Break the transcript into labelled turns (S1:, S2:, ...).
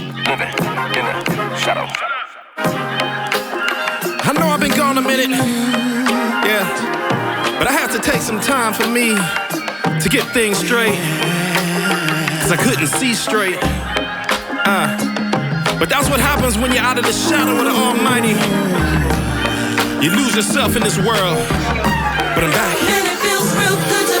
S1: living in the shadow.
S2: I know I've been gone a minute, yeah, but I have to take some time for me to get things straight, cause I couldn't see straight. Uh, but that's what happens when you're out of the shadow of the Almighty. You lose yourself in this world, but I'm back.
S3: And it feels real good to
S2: Uh, uh-huh,